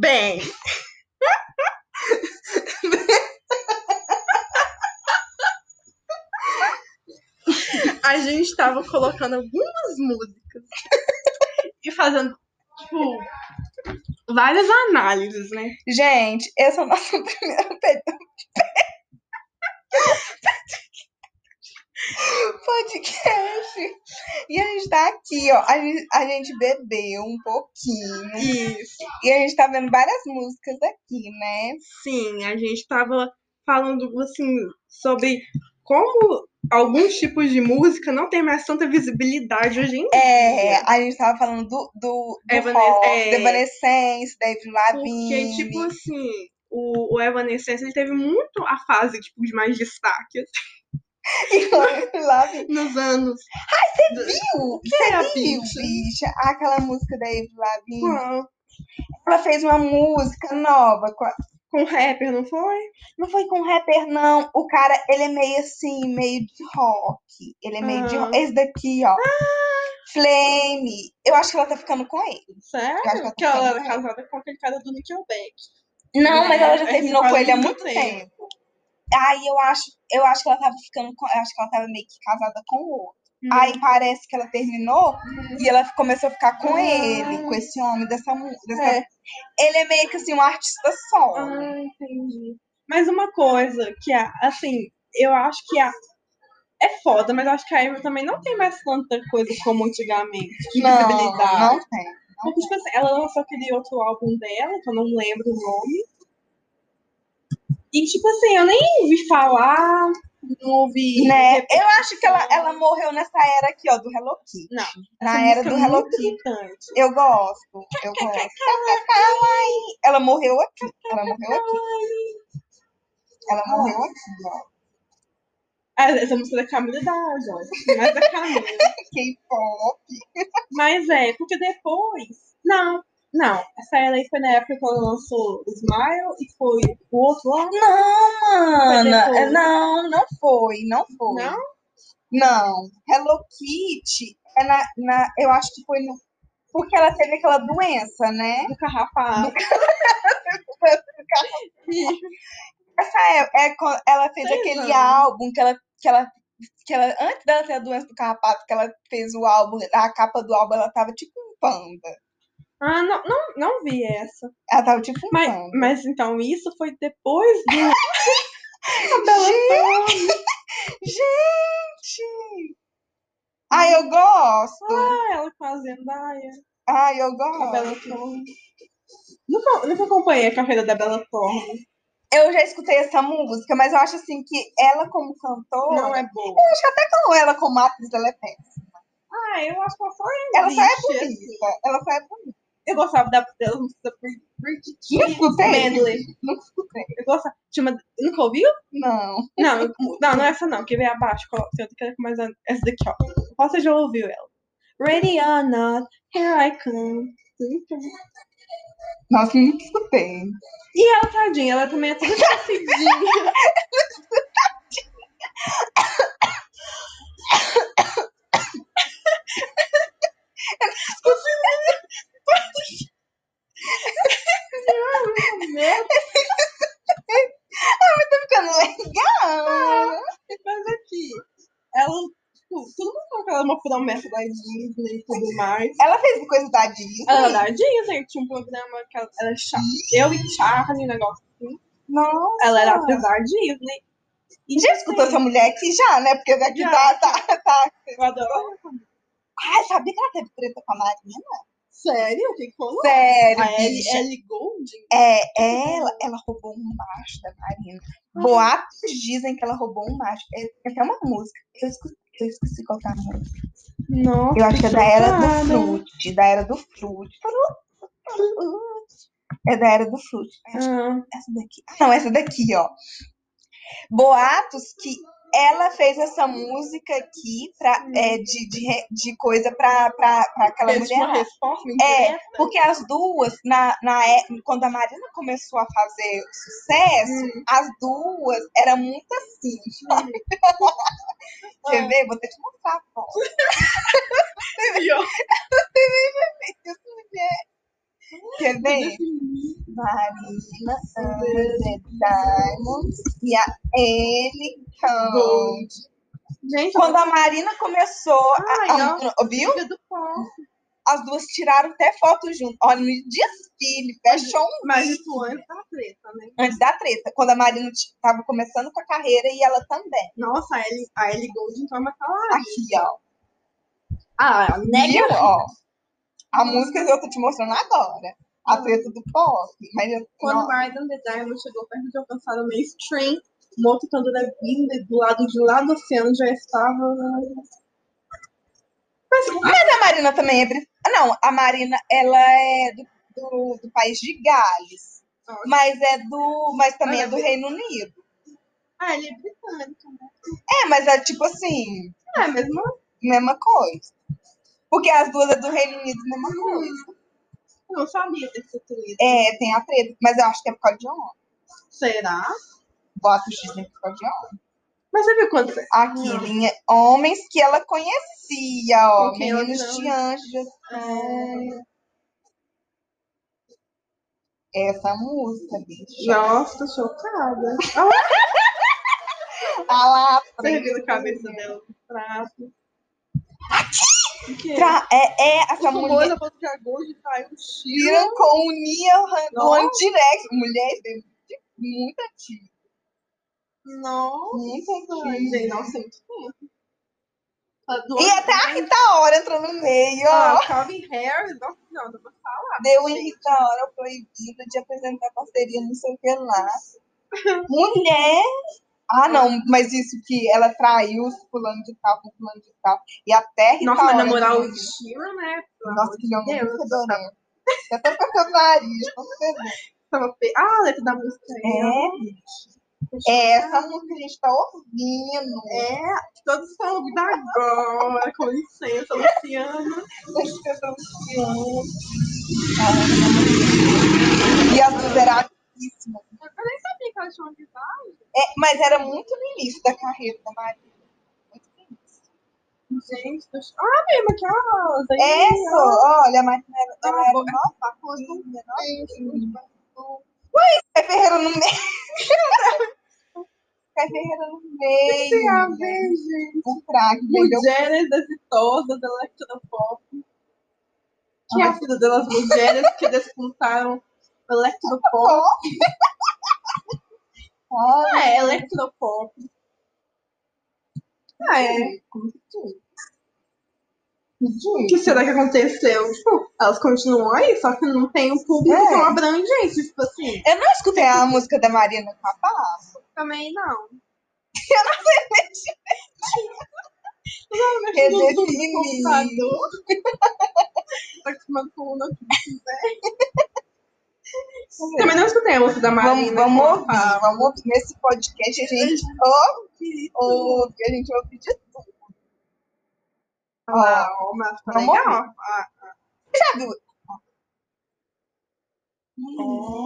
Bem. A gente estava colocando algumas músicas e fazendo, tipo, várias análises, né? Gente, esse é o nosso primeiro pe- podcast. E a gente tá aqui, ó. A gente, a gente bebeu um pouquinho. Isso. E a gente tá vendo várias músicas aqui, né? Sim, a gente estava falando, assim, sobre como alguns tipos de música não tem mais tanta visibilidade hoje em dia. É, a gente tava falando do, do, do Evanes- rock, é. do Evanescence, David Porque, Lavigne. tipo assim, o, o Evanescence ele teve muito a fase tipo, de mais destaque assim, David Lavigne. nos anos. Viu? é a Você viu, bicha? bicha? Aquela música da David Lavigne. Com, Ela fez uma música nova com a- com rapper, não foi? Não foi com rapper, não. O cara, ele é meio assim, meio de rock. Ele é meio de Ah. rock. Esse daqui, ó. Flame. Eu acho que ela tá ficando com ele. Sério? Eu acho que ela tá Que ela ficando era com ele. casada com aquele cara do Nickelback. Não, mas ela já É, terminou faz com ele há muito muito tempo. tempo. Ai, eu acho, eu acho que ela tava ficando com. Eu acho que ela tava meio que casada com o outro. Uhum. Aí parece que ela terminou e ela começou a ficar com Ah. ele, com esse homem dessa música. É. Ele é meio que assim, um artista solo. Ah, entendi. Mas uma coisa que, a- assim, eu acho que a. É foda, mas acho que a Amy também não tem mais tanta coisa como antigamente. De não, visibilidade. não tem. Porque, tipo assim, ela lançou aquele outro álbum dela, que eu não lembro o nome. E, tipo assim, eu nem ouvi falar, não ouvi. Né? Eu acho que ela, ela morreu nessa era aqui, ó, do Hello Kitty. Não, Na Essa era música do é Hello muito Kitty. irritante. Eu gosto. Eu gosto. Kawaii. Ela morreu aqui. Ela morreu aqui. Ela morreu aqui, ó. Ah, Essa música é da Camila da ó. Mas da Camila. K-pop. Mas é, porque depois. Não, não. Essa era aí foi na época que ela lançou o Smile e foi o outro lá. Não, Foi mana. depois. É, Não, não foi. Não foi. Não? Não. Hello Kitty, é na, na- eu acho que foi no... Porque ela teve aquela doença, né? Do Carrapato. Essa é, é co- ela fez Sei aquele não. álbum que ela, que ela, que ela, antes dela ter a doença do carrapato, que ela fez o álbum, a capa do álbum, ela tava tipo um panda. Ah, não, não, não vi essa. Ela tava tipo um Mas, panda. mas então isso foi depois do. é Gente! Ai, eu gosto! Ah, ela com a Zendaya. Ai, eu A gosto! Bela Thorne. Nunca, nunca acompanhei a carreira da Bela Thorne. Eu já escutei essa música, mas eu acho assim que ela como cantora, Não é boa. eu acho que até como ela como atriz, ela é péssima. Ah, eu acho que ela só é Ela só é lixo. bonita, ela só é bonita. Eu gostava da, da música Bridget Não escutei? Medley. Não escutei. Eu gostava. Tinha uma... Nunca ouviu? Não. Não, eu- não, não é essa não. Que vem abaixo. Coloca, tem outra que é mais an- essa daqui, ó. Qual você já ouviu ela? Ready or not, here I come. Nossa, não escutei. E ela, tadinha, ela também é toda crescidinha. Meu Ah, tá ficando legal. Mas aqui, ela, tipo, todo mundo fala que ela é uma promessa da Disney e tudo mais. Ela fez coisa da Disney. Ela é da Disney, tinha um programa que ela era chata. Eu e Charlie, um negócio assim. Não. Ela era atriz da Disney. E Já escutou essa mulher aqui já, né? Porque daqui Já. tá, tá, tá. Eu adoro. Ai, sabia que ela teve treta com a Marina? Sério? O que que rolou? Sério, A Ellie, bicha. Ellie Goulding? É, ela, ela roubou um macho da Marina. Ah. Boatos dizem que ela roubou um macho. É, tem até uma música. Eu esqueci, eu esqueci qual que é a música. Nossa, Eu acho que é da Era do chocada. Frute. Da Era do Frute. É da Era do Frute. Acho Ah, Essa daqui. Ah, não, essa daqui, ó. Boatos que ela fez essa música aqui pra, é, de, de, re- de coisa pra, pra, pra aquela Hum. fez uma mulher. resposta É, indireta. Porque as duas, na, na, é- quando a Marina começou a fazer sucesso, Hum. as duas eram muito assim. Quer ver? Vou ter que mostrar a foto. Ah, Quer ver? Uhum. Marina Under the Diamonds e a Ellie Gold. Gente, Quando a Marina começou, a- Ai, a- viu? filha do pão. As duas tiraram até foto junto. Olha, no desfile, fechou um Mas isso antes da treta, né? antes da treta, quando a Marina t- tava começando com a carreira e ela também. Nossa, a Ellie, a Ellie Gold então é uma falar. Aqui, ó. Ah, nega. Viu, ó? A música que eu tô te mostrando agora. A treta do pop. Mas eu, Quando não, Martin the Diamond chegou perto de alcançar o mainstream, uma outra cantora vinda do lado de lá do oceano já estava. mas a Marina também é brit... Não, a Marina, ela é do, do, do país de Gales. Ah. Mas é do. Mas também é do Mas é Reino Unido. Ah, ele é britânico, né? É, mas é tipo assim, Ah, mesmo assim, mesma coisa. Porque as duas é do Reino Unido, mesma coisa. eu não sabia desse tweet. É, tem a treta, mas eu acho que é por causa de homem. Será? Bota o X por causa de homem. Mas você viu quando Aqui, Não. linha, homens que ela conhecia, ó. Com quem ela Meninos não- de anjos. É... Essa música, bicho. Nossa, tô chocada. Tá lá, Você viu a cabeça dela com prato. O quê? pra- é, é, essa O mulher famoso apontou que a Gold caiu um tiro. vira com o Neil Rangone Nossa. Direct. Mulher, tem muito antiga. Nossa, Muito gente, antiga. nossa, é muito tempo. Tá do E outro até a lado. Rita Ora entrou no meio, ó. Ah, Calvin Harris, nossa senhora. Deu em Rita Ora proibida de apresentar parceria, não sei o que lá. Mulher! Ah, não, mas isso que ela traiu os fulano de tal com fulano de tal. E até Rita Nossa, mas Ora namorar o entrou. Shira, né? Pelo É, Nossa, amor que nome de Deus. muito fedorento. Eu tô com seu nariz, tô Tava fe- Ah, a letra da música aí, ó. fedendo. É, é essa música que a gente tá ouvindo. É, todos estão ouvindo agora. Com licença, Luciana. é um- Ah, E é as duas eram altíssimas. Eu nem sabia que ela tinha uma guitarra. É, mas era muito no início da carreira da Maria. Muito no início. Gente, do... ah, mesmo aquelas. aí, Essa, ó. É, olha, a Martina era, Cala ela a era boca. nova, coisa, nova. Ué, Cai Ferreira no meio. Cai Ferreira no Tem que ter é a meio. ver, gente. O craque né? vendeu Mulheres exitosas, electropop. Que é a vida delas, mulheres que despontaram electropop. pó. Olha, É, electropop. Ah, é. O que será que aconteceu? Tipo, elas continuam aí, só que não tem um público É. tão abrangente, tipo assim. Eu não escutei a música da Marina Capaz. Também não. Eu não sei Eu mexer. Eu não mexo defini. no tipo, computador. Tá acostumado com o né? notebook. Também não escutei a música da Vamos, Marina. né? vamos que ouvir, ela fala. vamos ouvir. Nesse podcast a gente ouve, ouve, a gente ouve de tudo. Ó, Ah, mas tá Vamos legal. já viu?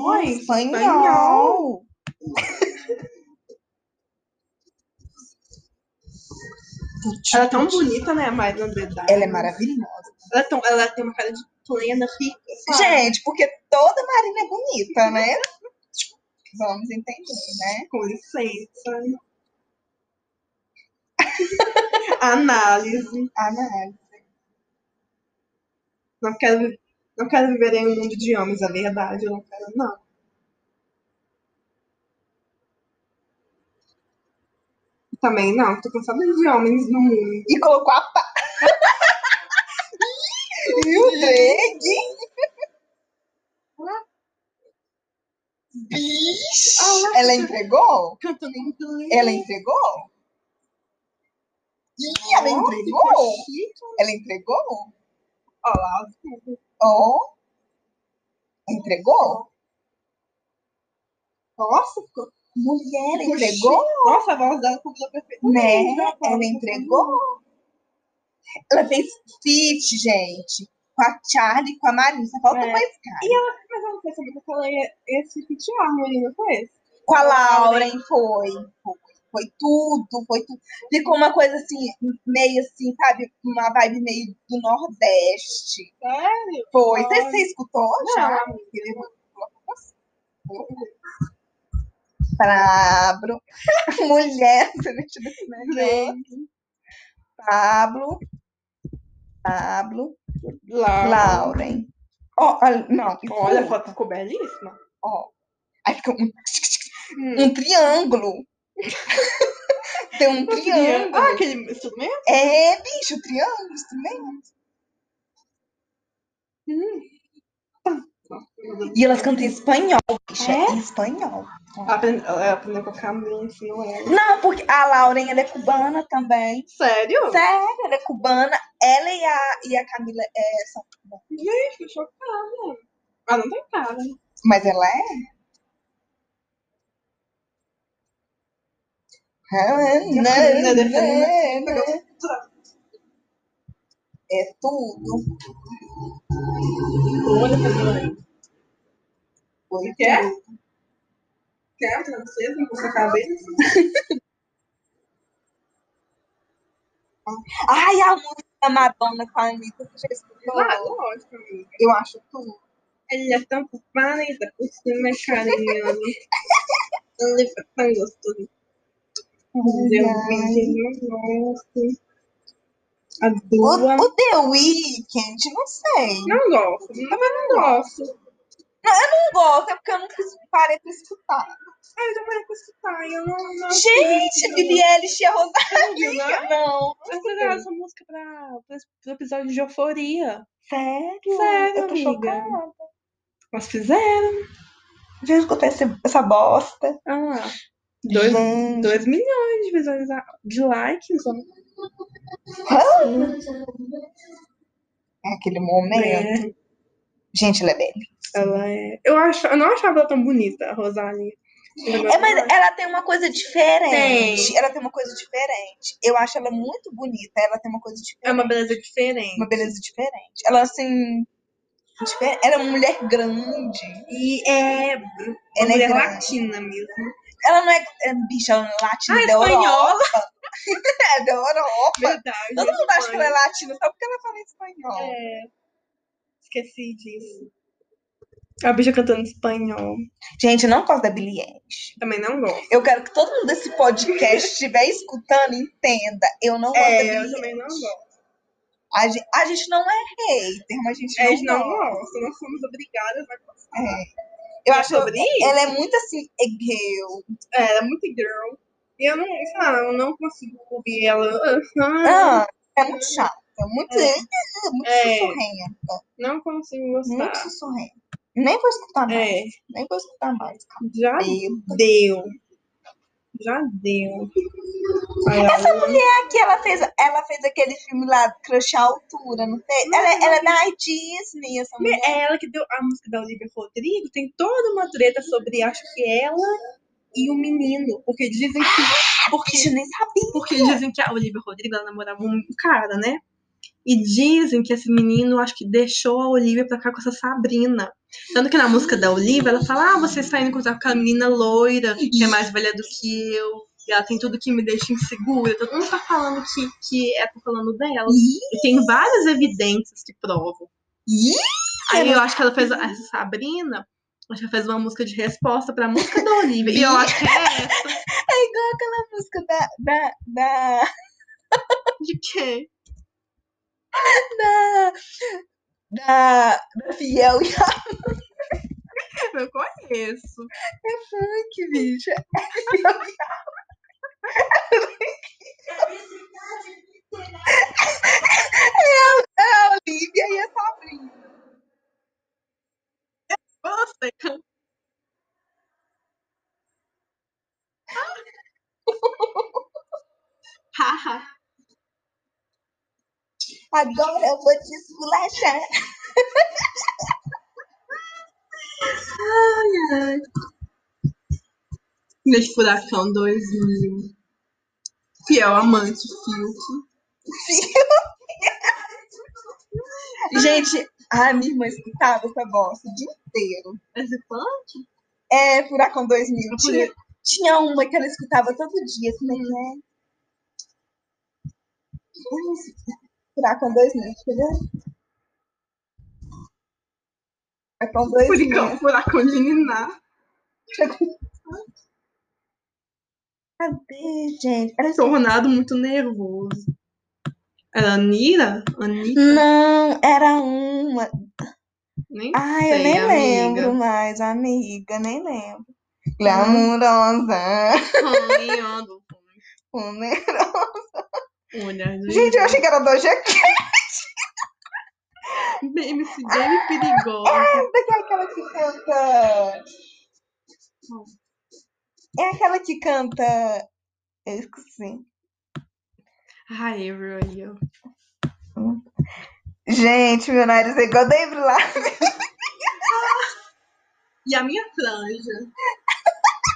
Oi, espanhol. Ela é tão bonita, né, a Marina Bedard? Ela é maravilhosa. Ela, é tão- ela tem uma cara de plena, rica. sabe? Gente, porque toda Marina é bonita, né? Vamos entender, né? Com licença. Análise. Análise. Não quero, vi- não quero viver em um mundo de homens, a verdade. Eu não quero, não. Também não, tô cansada de homens no mundo. E colocou a pá. e o drag. Bicho. Ah, Ela entregou? Cantando em inglês. Ela entregou? Ih, ela Ó, entregou? ficou chique. Ela entregou? Ó lá, Ó. Entregou? nossa, ficou Mulher ficou entregou, chique. Nossa, a voz dela cobriu perfeitamente. né? a voz. Ela entregou. Ela fez feat, gente. Com a Charlie e com a Marisa. Falta É. mais cara. Mas eu não sei se eu falei é esse fit armony, não foi esse? Com a Lauren foi. Foi, foi tudo, foi tudo. Ficou uma coisa assim, meio assim, sabe? Uma vibe meio do Nordeste. Sério? Foi. Olha. Você, você escutou Não, já? amiga. Pablo. Mulher, você não te Pablo. Pablo. Laura. Lauren. Ó, olha, não. Olha, a foto ficou belíssima. Ó. Aí fica um, Hum. um triângulo. Tem um triângulo. Ah, aquele. Isso mesmo? É, bicho, né? triângulo, isso mesmo. E elas cantam em espanhol, bicho. É? É? Em espanhol. Ela aprende- Ela aprendeu com a Camila, ensinou ela. Não, porque a Lauren, ela é cubana também. Sério? Sério, ela é cubana. Ela e a, e a Camila é, são cubanas. Gente, tô chocada. Ah, não tem cara. Mas ela é? Ah, né, né, né. É tudo. Olha, Camila. Foi Quer? Quer a francesa com sua cabeça? Ai, a música da Madonna com a Anitta, você já escutou? Ah, lógico, amiga. Eu acho tudo. Ele é tão comparida por cima, é carinhoso. Ele é tão gostoso. é um Eu vi de novo. A O, dua. o The Weeknd, não sei. Não gosto. Também não gosto. Não gosto, é porque eu nunca parei pra escutar. Mas eu falei pra escutar, eu não. não Gente, Billie Eilish e a né? Rosalia. Não. Eu vou gravar essa música pra, pra, pro episódio de euforia. Sério? Sério, eu tô amiga. chocada. Nós fizeram. Já escutei esse- essa bosta. Ah, dois, Gente. dois milhões de visualiza de likes. ó. É aquele É, momento. Gente, ela é bem. ela é. Eu, acho, eu não achava ela tão bonita, a Rosalie. É, mas ela tem uma coisa diferente. Tem. Ela tem uma coisa diferente. Eu acho ela muito bonita. Ela tem uma coisa diferente. É uma beleza diferente. Uma beleza diferente. Ela, assim. difer- Ela é uma mulher grande. E é. Ela Ela é mulher grande. latina mesmo. Ela não é. é bicha, ela é latina Ah, da espanhola. Europa. é da Europa. Verdade. Todo mundo acha que ela é latina só porque ela fala espanhol. É. Esqueci disso. A bicha cantando espanhol. Gente, eu não gosto da Billie Eilish. Também não gosto. Eu quero que todo mundo desse podcast estiver escutando entenda. Eu não gosto da Billie É, eu Eilish. também não gosto. A gen- a gente, não é hater, mas a gente A não, gente não gosta. gosta, nós somos obrigadas a gostar. Eu acho sobre isso? ela é muito assim, é girl. É, ela é muito girl. E eu não, sei lá, eu não consigo ouvir ela. Ah, Ah, é muito chata, é muito, É. muito É. sussurrenta. Não consigo Muito gostar. sussurrenta. Nem vou escutar mais, É, nem vou escutar mais. já Cabelo. deu. Já deu. Ai, Essa ela- mulher aqui, ela fez, ela fez aquele filme lá, Crush à Altura, não fez? Ela, é- ela é da Disney, essa mulher. É ela que deu a música da Olivia Rodrigo. Tem toda uma treta sobre, acho que ela e o menino. Porque dizem que Porque eu nem sabia. Porque dizem que a Olivia Rodrigo ela namorava um cara, né? E dizem que esse menino, acho que deixou a Olivia pra ficar com essa Sabrina. Tanto que na música da Olivia, ela fala: Ah, você está indo encontrar com aquela menina loira, que é mais velha do que eu, e ela tem tudo que me deixa insegura. Todo mundo tá falando que, que é tá falando dela. Ih, E tem várias evidências que provam. ih, Aí eu acho que ela fez a- essa Sabrina, acho que ela fez uma música de resposta pra música da Olivia. E eu acho que é essa. é igual aquela música da, da, da, De quê? da, da, da Fiel e a Eu conheço. Funk, bicho. É a Olivia e a Sabrina. Você então Haha. Agora eu vou te esculachar. Ilha de Furacão 2000. Fiel amante, Filtro. Gente, a Ah, minha irmã escutava essa bosta o dia inteiro. Esse fã? É, Furacão 2000. por Tinha, tinha uma que ela escutava todo dia, assim, né? Furacão 2000, deixa eu ver. Furacão 2000. É Furacão, Furacão de Niná. Cadê, gente? Olha só. Tornado muito nervoso. Era Anira? Anira? Não, era uma. Nem Ai, eu sei, nem amiga. lembro mais, amiga, nem lembro. Glamurosa. Ai, ando. funerosa. Olha, né? Gente, eu achei que era Doja Cat, MC Baby perigosa. daquela aquela que canta. É aquela que canta. É Eu esqueci. Ai, everybody. ó. Gente, meu nariz é igual David lá. E a minha franja.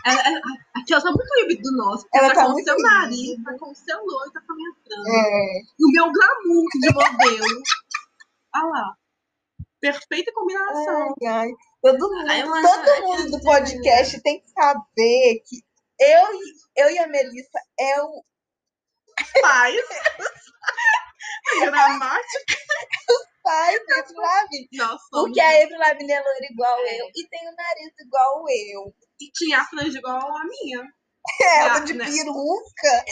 Ela, ela, aqui, ela tá muito livre do nosso. porque Ela tá, tá com o muito seu livre. nariz, tá com o seu olho, tá com a minha franja. É. E o meu glamour de modelo. Olha lá. Perfeita combinação. Ai, ai. Todo mundo, Ai, eu acho- todo mundo é do podcast tem que saber que eu, e- eu e a Melissa é o É. Paz. Gramática. pai da Avril Lavigne. Nossa, Porque a Avril Lavigne é loira igual eu e tem o nariz igual eu. e tinha a franja igual a minha. É, Ela de né? peruca.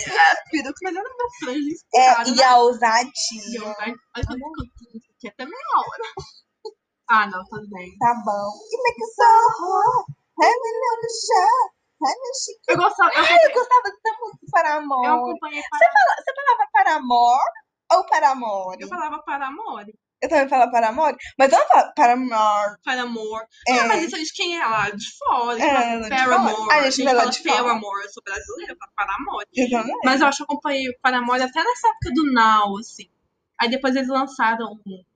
Peruca, mas era uma franja É, esticada. e a ousadia. Mas eu né? não canto, que é até meia hora. Ah, não, tá bem. Tá bom. E make so hot. Ai, meu no chão. Ai, meu chique. Eu gostava, eu, Eu gostava tanto do Paramore. eu acompanhei para, Você falava Paramore ou Paramore? eu falava para amor. Eu também falo Paramore, mas ela fala Paramore. Para amor. É. Ah, mas isso aí de quem é lá? De fora. É, É, lá de Paramore. fora. Ah, A gente, gente mas lá fala de fora. Paramore. Eu sou brasileira, pra Paramore. Exatamente. Mas eu acho que eu acompanhei o Paramore até nessa época do Now, assim. Aí depois eles lançaram um.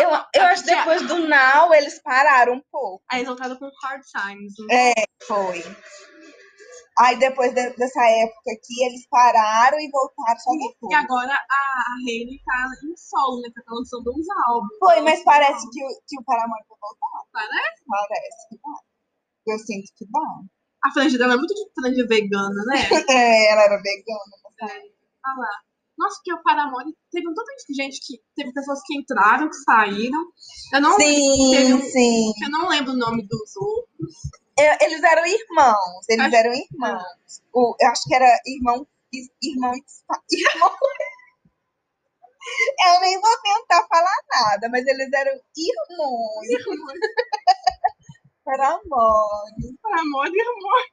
Eu, eu acho que a- depois do Now eles pararam um pouco. Aí eles voltaram com Hard Times. É, né? Foi. Aí depois de- dessa época aqui, eles pararam e voltaram só E depois. agora a Hailey tá em solo, né? Tá lançando uns álbuns. Então, Foi, mas parece que, o- que o Paramore vai voltar. Parece? Parece que vai. Eu sinto que vai. A franja dela é muito de franja vegana, né? É, ela era vegana. Olha lá. Nossa, porque o Paramore teve um tanto de gente que. Teve pessoas que entraram, que saíram. Eu não, teve um- Sim, sim. eu não lembro o nome dos outros. É, Eles eram irmãos. Eles Acho- eram irmãos. O, eu acho que era irmão. is- Irmão. irmão. Eu nem vou tentar falar nada, mas eles eram irmãos. Era amor. Paramore e amor.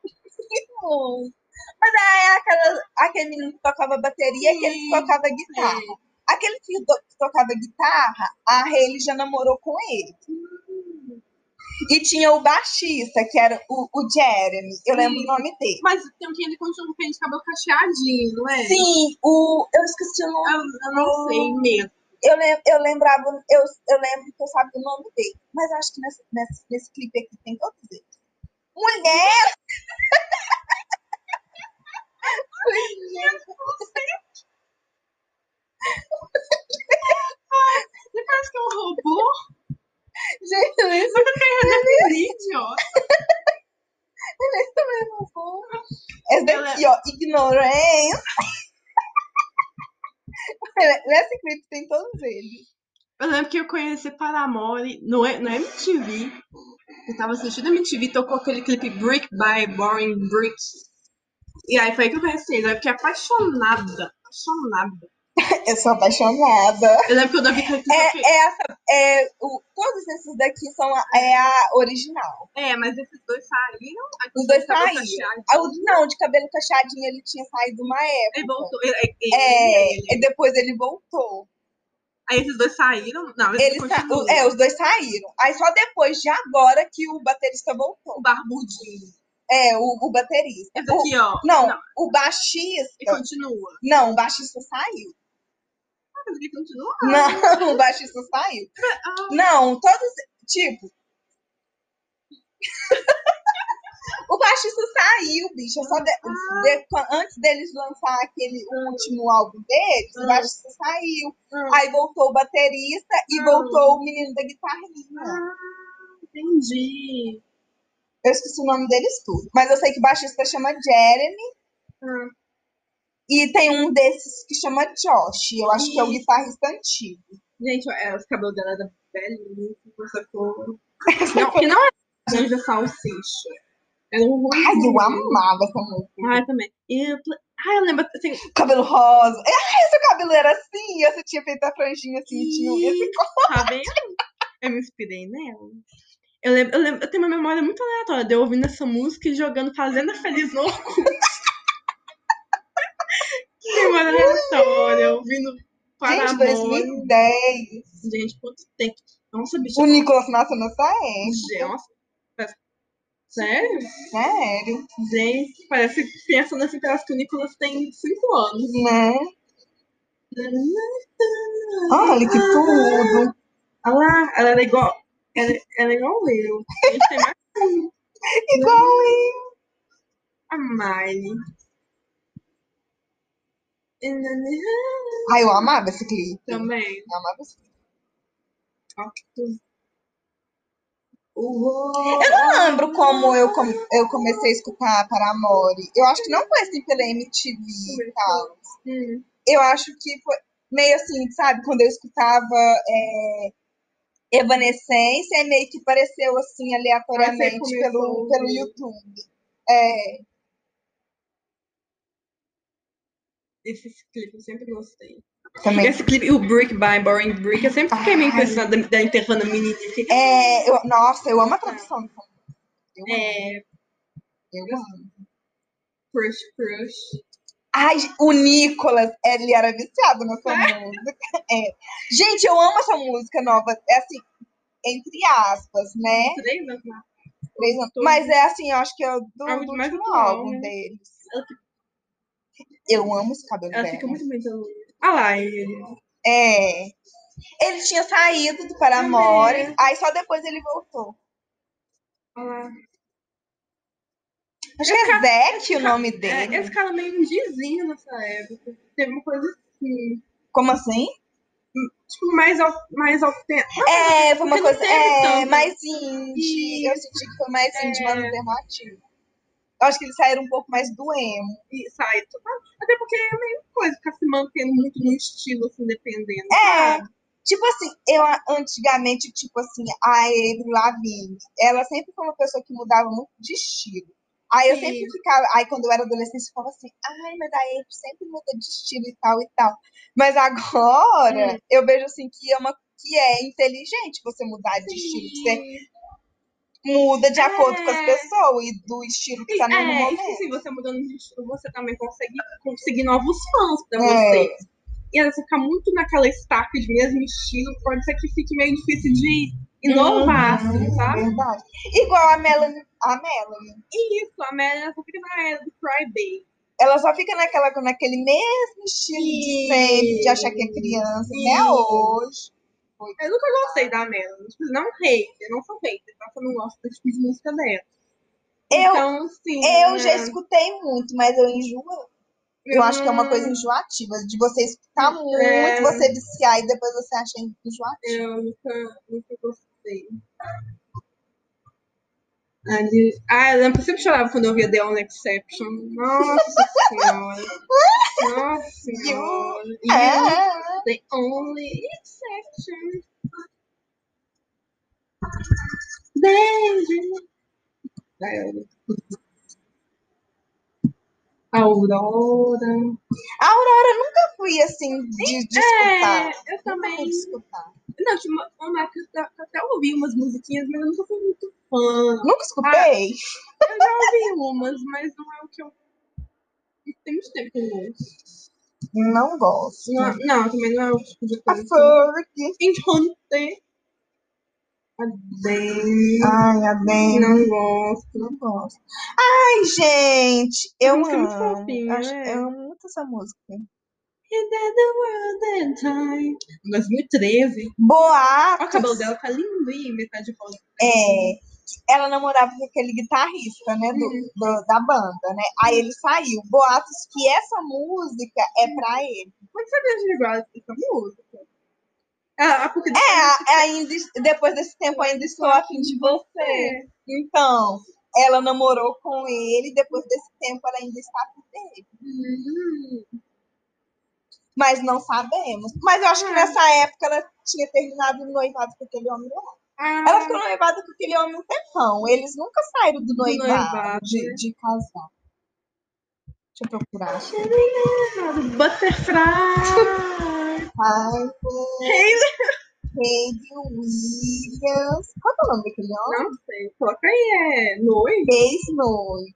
irmãos. Mas é aquela, aquele menino que tocava bateria e aquele que Sim, tocava guitarra. É. Aquele que, to- que tocava guitarra, a Hayley já namorou com ele. E tinha o baixista, que era o, o Jeremy. Eu lembro Sim. o nome dele. Mas tem um que ele continua com o de cabelo cacheadinho, não é? Sim, o. Eu esqueci o nome. Eu, eu não sei mesmo. Eu, lem- eu lembrava, eu, eu lembro que eu sabia o nome dele. Mas acho que nesse, nesse, nesse clipe aqui tem todos eles. Mulher! Ele parece que é um robô. Gente, eles Ele é idiota. também não são. Esse Ela- é- daqui, ó, ignorância. Nesse clipe tem todos eles. Eu lembro que eu conheci Paramore é, no, na MTV. Eu tava assistindo a MTV, tocou aquele clipe Brick by Boring Brick. E aí foi aí que eu conheci eles. Eu fiquei apaixonada. Apaixonada. Eu sou apaixonada. Eu lembro que eu dava clipe. É, é essa, é, o, todos esses daqui são a, é a original. É, mas esses dois saíram. aí Os dois acabou saíram. chateado. A, o- não, de cabelo cacheadinho ele tinha saído uma época. Ele voltou. ele- ele- É, ele- e depois ele voltou. Aí esses dois saíram. Não, Ele eles sa- continuam. o- é, os dois saíram. Aí só depois de agora que o baterista O voltou. barbudinho. É, o, o baterista. Esse O- é. aqui, ó. não, Não. o E baixista. continua. Não, o baixista saiu. Ah, mas ele continua. Não, o baixista saiu. Ah, Não, todos. Tipo. o baixista saiu, bicho. Só de- Ah. de- antes deles lançar aquele último álbum deles, o baixista saiu. ah, Aí voltou o baterista e Ah. voltou o menino da guitarrinha. entendi. Eu esqueci o nome deles tudo. Mas eu sei que o baixista chama Jeremy. Ah. E tem um desses que chama Josh. Eu acho que é o Isso. guitarrista antigo. Gente, é, os cabelos dela eram belíssimos, essa cor. Não, que não é laranja salsicha. Era um ruim. Ai, eu amava essa música. Ai, também. E eu falei- ai, eu lembro assim. Cabelo rosa. É, Ai, seu cabelo era assim, e você tinha feito a franjinha assim, tinha um- "Ih, Tá vendo? Eu me inspirei nela. Eu, lembro, eu, lembro, eu tenho uma memória muito aleatória de eu ouvindo essa música e jogando Fazenda Feliz no Orkut. Que memória aleatória, ouvindo para Gente, amor. 2010. Gente, quanto tempo. Nossa, bicho. O Nicolas nasceu nessa época. gente, Nossa. Parece- Sério? Sério, Gente, parece pensando assim, parece que o Nicolas tem 5 anos. né? Olha que tudo. Olha lá, ela era igual. Ela, ela é igual eu. A gente tem mais Igual eu. a Miley. E na minha Ai, eu amava esse clipe. Também. Eu amava esse clipe. Uou. Eu não lembro como eu, com- eu comecei a escutar Paramore. Eu acho que não foi assim pela MTV e tal. Hum. Eu acho que foi meio assim, sabe? Quando eu escutava é, Evanescência, aí meio que pareceu assim Aí aleatoriamente você pelo, começou a pelo ouvir. YouTube. É, Esse clipe eu sempre gostei. também. Esse clipe, e o Brick by Boring Brick, eu sempre fiquei meio Ai. impressionada da- dela enterrando a menina. assim. É, eu- nossa, eu amo a tradução. dessa música. Eu amo, É, eu amo. Crush Crush. Ai, o Nicolas, ele era viciado nessa música. É. Gente, eu amo essa música nova. É assim, entre aspas, né? Três anos mais. Três anos. Tô- Mas é assim, eu acho que é do, do Algo de mais último atual, álbum né? deles. Ela Eu amo esse cabelo Ela dela. fica muito bem pelo. Ah lá, ele. É. Ele tinha saído do Paramore, É. aí só depois ele voltou. Ah lá. Acho que é Zeke o nome É, dele. esse cara meio um dizinho nessa época. Teve uma coisa assim. Como assim? Tipo, mais ao, mais ao tempo. É, foi uma porque não coisa. teve É, tanto. mais indie. Eu senti que foi mais É. indie, mas não derrotativo. Eu acho que eles saíram um pouco mais do emo. e sai tudo. Até porque é a mesma coisa, ficar se mantendo muito no estilo, assim, dependendo. É. sabe? Tipo assim, eu a- antigamente, tipo assim, a Avril Lavigne, ela sempre foi uma pessoa que mudava muito de estilo. Aí eu Sim. sempre ficava, aí quando eu era adolescente, eu ficava assim, ai, mas a Avril sempre muda de estilo e tal e tal. Mas Hum. agora, eu vejo assim que é uma que é inteligente você mudar de estilo, que você muda de acordo com as É. pessoas e do estilo que tá no é, e momento. tipo assim, você mudando de estilo, você também consegue conseguir novos fãs pra É. você. E ela ficar muito naquela estaca de mesmo estilo, pode ser que fique meio difícil de inovar, assim, Uhum, sabe? Verdade. Igual a Melanie, a Melanie. E isso, a Mary ela só fica na era do Cry Baby. Ela só fica naquela, naquele mesmo estilo de sempre, de achar que é criança, até Sim. hoje. Eu nunca gostei da Melanie, tipo, não hate, eu não sou hate, só que eu não gosto do tipo de música dela. Eu- então, assim, Eu já né? escutei muito, mas eu enjoo. Eu acho que é uma coisa enjoativa, de você escutar muito, Uhum. É. você viciar e depois você acha enjoativo. Eu nunca, nunca gostei. Ali- Ah, eu lembro que eu sempre chorava quando eu ouvia The Only Exception. Nossa senhora. Nossa senhora. You, É, the Only Exception. Beijo. Ah, eu- Aurora. eu fui assim, de, de É, escutar. eu Nunca fui também. de escutar. Não, tinha uma, uma época que eu até ouvi umas musiquinhas, mas eu nunca fui muito fã. Nunca escutei? Ah. Eu já ouvi umas, mas não é o que eu. Tem muito tempo que eu não ouço. Não gosto. Não, não, também não é o tipo de A coisa. que- Fergie. Encontrei. Adem. Ai, a Ben, Não gosto. não gosto. Ai, gente, eu música é amo. muito fofinha, Acho- né? Eu amo muito essa música. And then the world and time. 2013. Olha o cabelo Boatos. dela, tá lindo e metade rosa. É, ela namorava com aquele guitarrista, né, do, Uhum. do- da banda, né? Aí ele saiu. Boatos que essa música é pra ele. Mas você veja igual essa música? Ah, porque É, a- ainda, depois desse tempo ainda estou afim de você. é. Então, ela namorou com ele, depois desse tempo ela ainda está afim dele. Hum. Mas não sabemos. Mas eu acho que É. nessa época ela tinha terminado o noivado com aquele homem lá. Ah, Ela ficou noivada com aquele homem um tempão. Eles nunca saíram do noivado, noivado, né? de, de casar. Deixa eu procurar. Butterfly! Ai, Baby Williams. Qual é o nome daquele homem? Não sei, coloca aí, é noivo? Ex-noivo.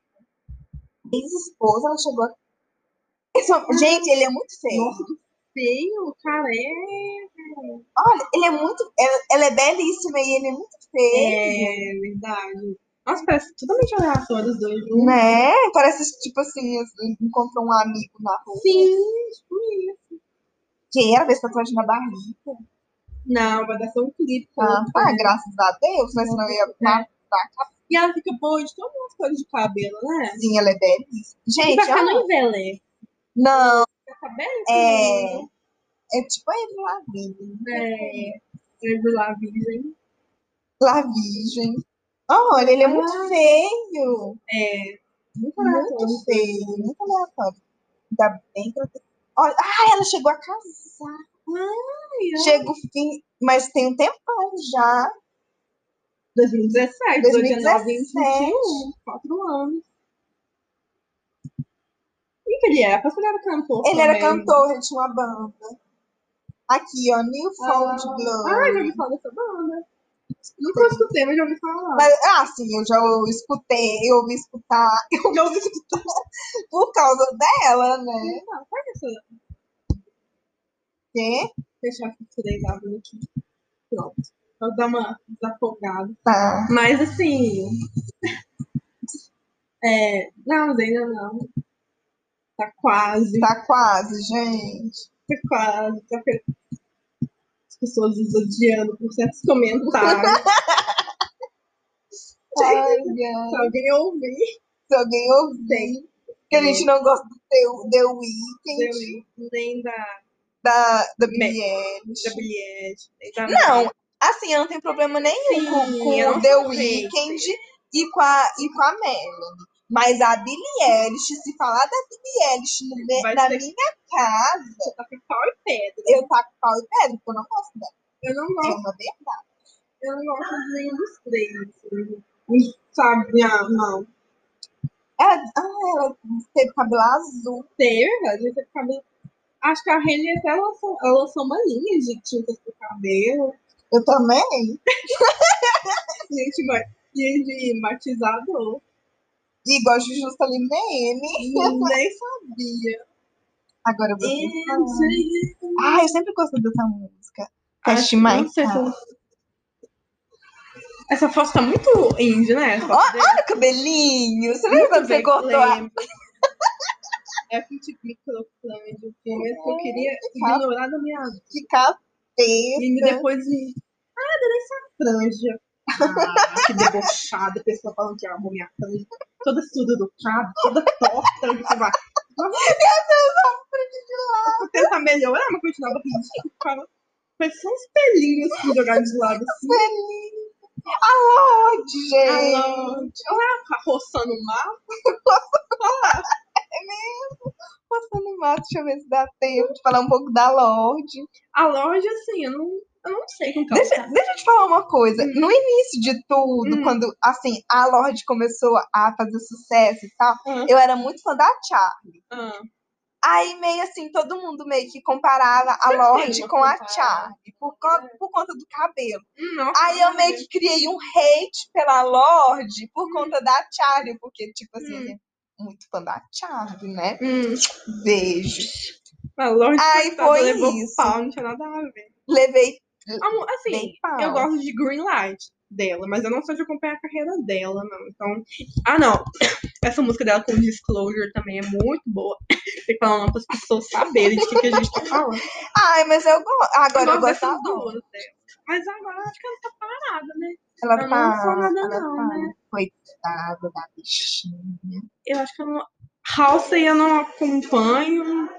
Ex-esposa, ela chegou a... Esse homem- Gente, ele é muito feio. Nossa, que feio, cara, é... Olha, ele é muito. Ela, ela é belíssima e ele é muito feio. É, verdade. Nossa, parece totalmente aleatório os dois juntos. Né? Parece tipo assim, assim, encontrou um amigo na rua. Sim, tipo isso. Quem era essa tatuagem na barriga? Não, vai dar só um clipe. Ah, É. pá, graças a Deus, mas não ia matar. E ela fica boa de todas as cores de cabelo, né? Sim, ela é belíssima. E Gente, pra cá ela- não envelhece. não. Tá bem? né? É. É tipo a Eva Lavigne. É. Lembro lá, virgem. Lavigne. Olha, ele é muito feio. É. Muito Muito feio. Muito aleatório. Ainda bem que ela tem. Olha, ah, ela chegou a casar. aleatório. Chega o fim, mas tem um tempão já. 2017, 2019, 2017. 21, 4 anos. E que ele era? Parece que ele era cantor. Ele era também. cantor, ele tinha uma banda. Aqui, ó, New Found Blood. Ah, já ouvi falar dessa banda. Nunca escutei, mas já ouvi falar. Mas, ah, sim, eu já escutei, eu ouvi escutar, eu já ouvi escutar por causa dela, né? Ah, sabe essa? Porque, Deixa eu fechar essa 3 aqui. Pronto. Vou dar uma desafogada. tá. Mas assim. É, não, mas ainda não. Tá quase, Tá quase, gente. tá quase. Tá... per- As pessoas nos odiando por certos comentários. Olha, Se alguém ouvir, se alguém ouvir, que a gente não gosta do teu The Weeknd, eu- nem da da, da Bem. Billie Eilish. da Bilhete, nem da Não, assim, eu não tenho problema nenhum Sim, com, com eu o The não sei. Weeknd e com a, e com a Melanie. Mas a Billie Eilish, se falar da Billie Eilish no me- Vai na ser- minha casa, tá com pau e pedra. eu taco pau e pedra, porque eu não gosto dela. Eu não É gosto, uma verdade. eu não gosto de nenhum dos três. assim. Não Sabe, não, não. Ela, ah, ela teve cabelo azul. Teve, a gente teve cabelo. Acho que a Renée até lançou, ela lançou uma linha de tintas pro cabelo. Eu também. Gente, ba- de batizador. E gosto de Juscelino Meme. Nem sabia. Agora eu vou pensar. Gente, Ah, eu sempre gostei dessa música. Teste acho- mais. não sei se- Tá cara. Essa foto tá muito indie, né? Essa foto dele. Olha o Ah, cabelinho. Você lembra quando você cortou a Lembro. É que tipo microfone de filme que eu queria Tá. ignorar da minha vida. que capeta? E depois me. Ah, adorei essa franja. Ah, que debochada, a pessoa falando que arrumou minha franja. Toda surdurucada, toda torta. Eu ficava, vou tentar melhorar, mas continuava ridículo. cara. Mas são uns pelinhos assim, jogados de lado assim. Feliz. Alô, gente. Alô. Olha lá, é roçando o mar. Passando no mato, um deixa eu ver se dá tempo de falar um pouco da Lorde. A loja, assim, eu não, eu não sei como que ela Deixa, tá. deixa eu te falar uma coisa. No início de tudo, Hum. quando assim, a Lorde começou a fazer sucesso e tal, Hum. eu era muito fã da Charlie. Ah, Aí meio assim, todo mundo meio que comparava a Lorde uma com a comparada. Charlie por, co- por conta do cabelo. hum, nossa, Aí eu meio que criei um hate pela Lorde por conta da Charlie, porque, tipo assim, Hum. eu era muito fã da Charlie, né? Hum, Beijo. a loja Ai, coitada, foi levou um isso. pau, não tinha nada a ver. Levei Amor, Assim, bem pau. eu gosto de green light dela, mas eu não sou de acompanhar a carreira dela, não. Então. Ah, não. Essa música dela com disclosure também é muito boa. Tem que falar para as pessoas saberem de que, que a gente tá falando. Ai, mas eu gosto. Agora eu gosto dessas da Lorde. duas dela. Mas agora eu acho que ela tá parada, né? Ela Eu não tá. sou nada ela não, tá. né? Coitada da bichinha. Eu acho que eu não. House eu não acompanho.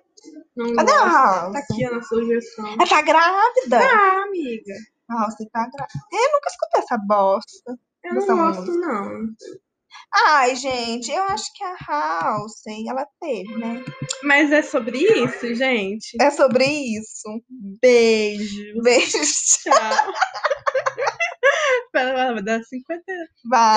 Não Cadê gosto. a House? Tá aqui a nossa sugestão. Ela tá grávida. Ah, amiga. A House tá grávida. Eu nunca escutei essa bosta. Eu não Essa gosto, não. Ai, gente, eu acho que a House, ela teve, né? Mas é sobre isso, gente. É sobre isso. Beijo. Beijos. Tchau. Vai, vai, vai dar 50. Vai.